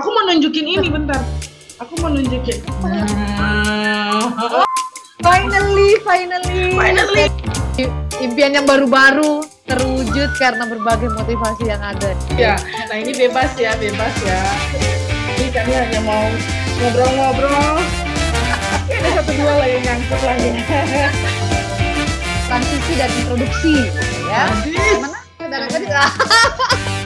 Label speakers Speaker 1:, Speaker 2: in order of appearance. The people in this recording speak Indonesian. Speaker 1: Aku mau nunjukin ini bentar. Aku mau nunjukin. Nah.
Speaker 2: Finally, finally.
Speaker 1: Finally.
Speaker 2: Impian yang baru-baru terwujud karena berbagai motivasi yang ada.
Speaker 1: Ya, nah ini bebas ya, bebas ya. Ini kami hanya mau ngobrol-ngobrol. Ini ada satu dua lah yang nyangkut lah ya.
Speaker 2: Transisi dan introduksi, gitu ya.
Speaker 1: Habis.
Speaker 2: Mana? Dari tadi.